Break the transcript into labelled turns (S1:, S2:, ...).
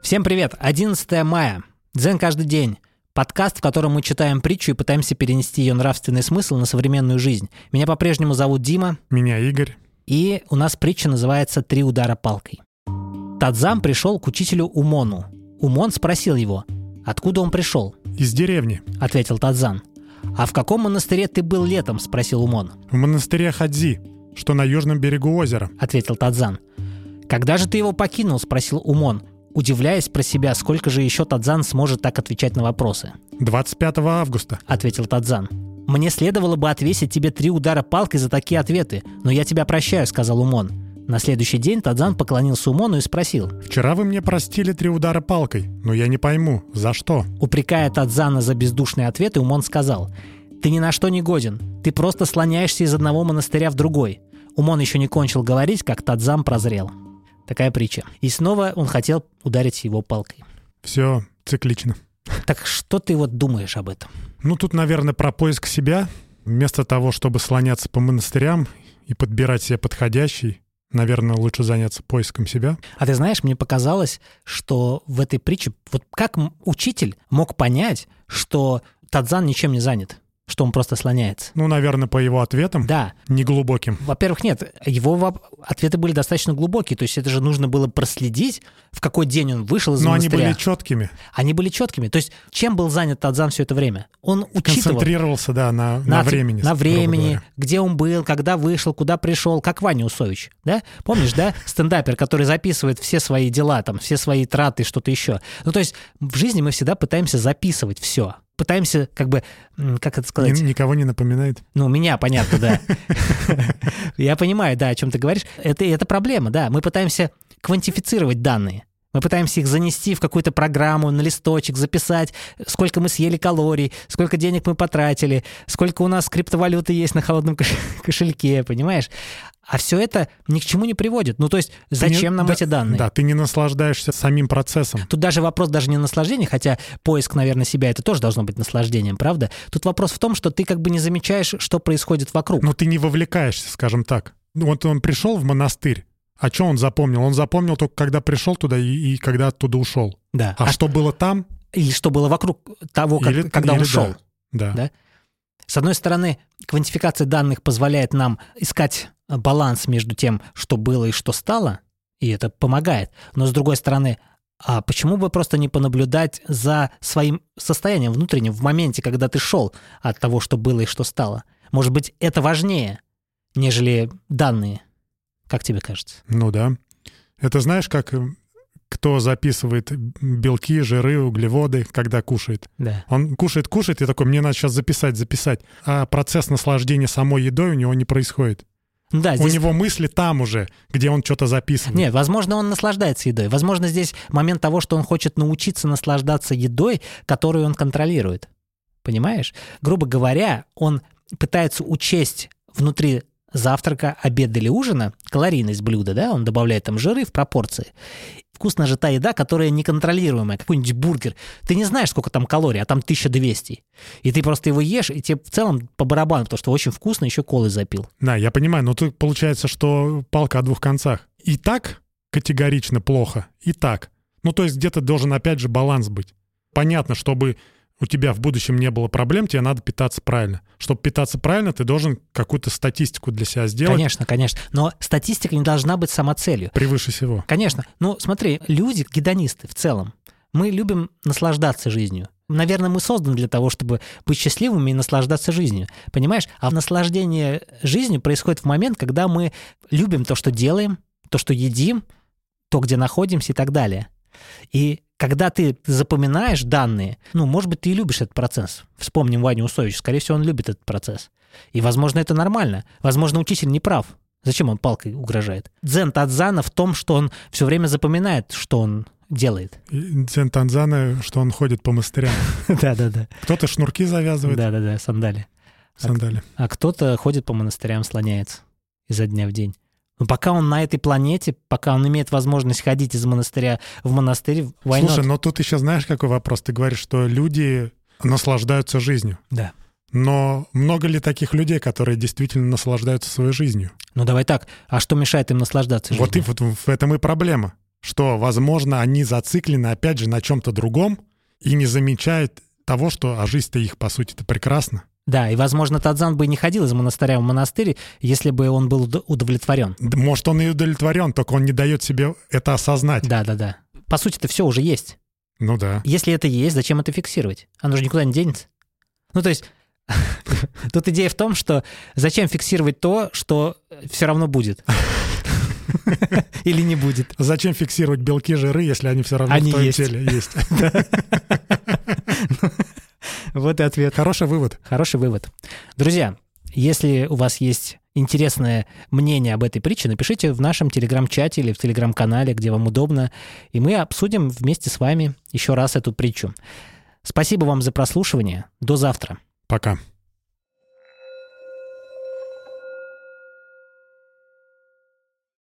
S1: Всем привет! 11 мая. Дзен каждый день. Подкаст, в котором мы читаем притчу и пытаемся перенести ее нравственный смысл на современную жизнь. Меня по-прежнему зовут Дима,
S2: Меня Игорь.
S1: и у нас притча называется «Три удара палкой». Тадзам пришел к учителю Умону. Умон спросил его, «Откуда он пришел?»
S2: Из деревни.
S1: — ответил Тадзан. «А в каком монастыре ты был летом?» — спросил Умон.
S2: В монастыре Хадзи, что на южном берегу озера.
S1: — ответил Тадзан. «Когда же ты его покинул?» — спросил Умон, удивляясь про себя, сколько же еще Тадзан сможет так отвечать на вопросы.
S2: 25 августа.
S1: — ответил Тадзан. «Мне следовало бы отвесить тебе три удара палкой за такие ответы, но я тебя прощаю», — сказал Умон. На следующий день Тадзан поклонился Умону и спросил.
S2: Вчера вы мне простили три удара палкой, но я не пойму, за что?
S1: Упрекая Тадзана за бездушные ответы, Умон сказал. «Ты ни на что не годен. Ты просто слоняешься из одного монастыря в другой». Умон еще не кончил говорить, как Тадзан прозрел. Такая притча. И снова он хотел ударить его палкой.
S2: Все циклично.
S1: Так что ты вот думаешь об этом?
S2: Ну, тут, наверное, про поиск себя. Вместо того, чтобы слоняться по монастырям и подбирать себе подходящий, наверное, лучше заняться поиском себя.
S1: А ты знаешь, мне показалось, что в этой притче, вот как м- учитель мог понять, что Тадзан ничем не занят, что он просто слоняется?
S2: Ну, наверное, по его ответам,
S1: Да,
S2: неглубоким.
S1: во-первых, нет, его воп- ответы были достаточно глубокие, то есть это же нужно было проследить, в какой день он вышел из
S2: Но они
S1: монастыря.
S2: были четкими.
S1: Они были четкими. То есть чем был занят Тадзан все это время? Он учитывал
S2: Концентрировался, да, на, на,
S1: отв-
S2: времени.
S1: на
S2: грубо
S1: времени,
S2: говоря.
S1: где он был, когда вышел, куда пришел, как Ваня Усович, да? Помнишь, да? Стендапер, который записывает все свои дела, там, все свои траты, что-то еще. Ну, то есть в жизни мы всегда пытаемся записывать все. Пытаемся, как бы, м, как это сказать?
S2: Ни- никого не напоминает.
S1: Ну, меня, понятно, да. Я понимаю, да, о чем ты говоришь. Это, это проблема, да. Мы пытаемся квантифицировать данные. Мы пытаемся их занести в какую-то программу, на листочек, записать, сколько мы съели калорий, сколько денег мы потратили, сколько у нас криптовалюты есть на холодном кош- кошельке, понимаешь? А все это ни к чему не приводит. Ну, то есть,
S2: Ты не-
S1: зачем нам
S2: да-
S1: эти данные?
S2: Да, ты не наслаждаешься самим процессом.
S1: Тут даже вопрос даже не наслаждение, хотя поиск, наверное, себя это тоже должно быть наслаждением, правда? Тут вопрос в том, что ты как бы не замечаешь, что происходит вокруг.
S2: Но Ну, ты не вовлекаешься, скажем так. Ну, Вот он пришел в монастырь, а что он запомнил? Он запомнил только, когда пришел туда и, и когда оттуда ушел.
S1: да.
S2: А, что было там?
S1: и что было вокруг того, как-
S2: Или-
S1: когда
S2: или
S1: он шел.
S2: Да.
S1: Да. С одной стороны, квантификация данных позволяет нам искать э, баланс между тем, что было и что стало, и это помогает. Но с другой стороны, а почему бы просто не понаблюдать за своим состоянием внутренним в моменте, когда ты шел от того, что было и что стало? Может быть, это важнее, нежели данные? Как тебе кажется?
S2: Ну да. Это знаешь, как э, кто записывает белки, жиры, углеводы, когда кушает.
S1: Да.
S2: Он кушает, кушает, и такой, мне надо сейчас записать, записать. А процесс наслаждения самой едой у него не происходит.
S1: Да, А здесь
S2: У него мысли там уже, где он что-то записывает.
S1: Нет, возможно, он наслаждается едой. Возможно, здесь момент того, что он хочет научиться наслаждаться едой, которую он контролирует. Понимаешь? Грубо говоря, он пытается учесть внутри завтрака, обеда или ужина калорийность блюда, да, он добавляет там жиры в пропорции. Вкусна же та еда, которая неконтролируемая, какой-нибудь бургер. Ты не знаешь, сколько там калорий, а там 1200. И ты просто его ешь, и тебе в целом по барабану, потому что очень вкусно, еще колы запил.
S2: Да, я понимаю, но тут получается, что палка о двух концах. И так категорично плохо, и так. Ну, то есть где-то должен опять же баланс быть. Понятно, чтобы у тебя в будущем не было проблем, тебе надо питаться правильно. Чтобы питаться правильно, ты должен какую-то статистику для себя сделать
S1: Конечно, конечно. Но статистика не должна быть самоцелью.
S2: превыше всего.
S1: Конечно. Ну, смотри, люди, гедонисты в целом, мы любим наслаждаться жизнью. Наверное, мы созданы для того, чтобы быть счастливыми и наслаждаться жизнью. Понимаешь? А наслаждение жизнью происходит в момент, когда мы любим то, что делаем, то, что едим, то, где находимся и так далее. И когда ты запоминаешь данные, ну, может быть, ты и любишь этот процесс. Вспомним Ваню Усовича. Скорее всего, он любит этот процесс. И, возможно, это нормально. Возможно, учитель не прав. Зачем он палкой угрожает? Дзен Тадзана в том, что он все время запоминает, что он делает.
S2: И Дзен Танзана, что он ходит по монастырям.
S1: Да-да-да.
S2: Кто-то шнурки завязывает
S1: Да-да-да, сандали.
S2: в сандали.
S1: А кто-то ходит по монастырям, слоняется изо дня в день. Но пока он на этой планете, пока он имеет возможность ходить из монастыря в монастырь, война...
S2: Слушай, но тут еще знаешь, какой вопрос? Ты говоришь, что люди наслаждаются жизнью.
S1: Да.
S2: Но много ли таких людей, которые действительно наслаждаются своей жизнью?
S1: Ну давай так, а что мешает им наслаждаться
S2: Вот и
S1: жизнью?
S2: вот в этом и проблема, что, возможно, они зациклены, опять же, на чем-то другом и не замечают того, что а жизнь-то их, по сути-то, прекрасна.
S1: Да, и, возможно, Тадзан бы не ходил из монастыря в монастырь, если бы он был уд- удовлетворен.
S2: Да, Может, он и удовлетворен, только он не дает себе это осознать.
S1: Да, да, да. По сути, это все уже есть.
S2: Ну да.
S1: Если это есть, зачем это фиксировать? Оно же никуда не денется. Ну, то есть, тут идея в том, что зачем фиксировать то, что все равно будет. Или не будет.
S2: Зачем фиксировать белки, жиры, если они все равно
S1: Они
S2: в твоем
S1: есть.
S2: теле есть?
S1: Ну, Вот и ответ.
S2: Хороший вывод.
S1: Хороший вывод. Друзья, если у вас есть интересное мнение об этой притче, напишите в нашем телеграм-чате или в телеграм-канале, где вам удобно, и мы обсудим вместе с вами еще раз эту притчу. Спасибо вам за прослушивание. До завтра.
S2: Пока.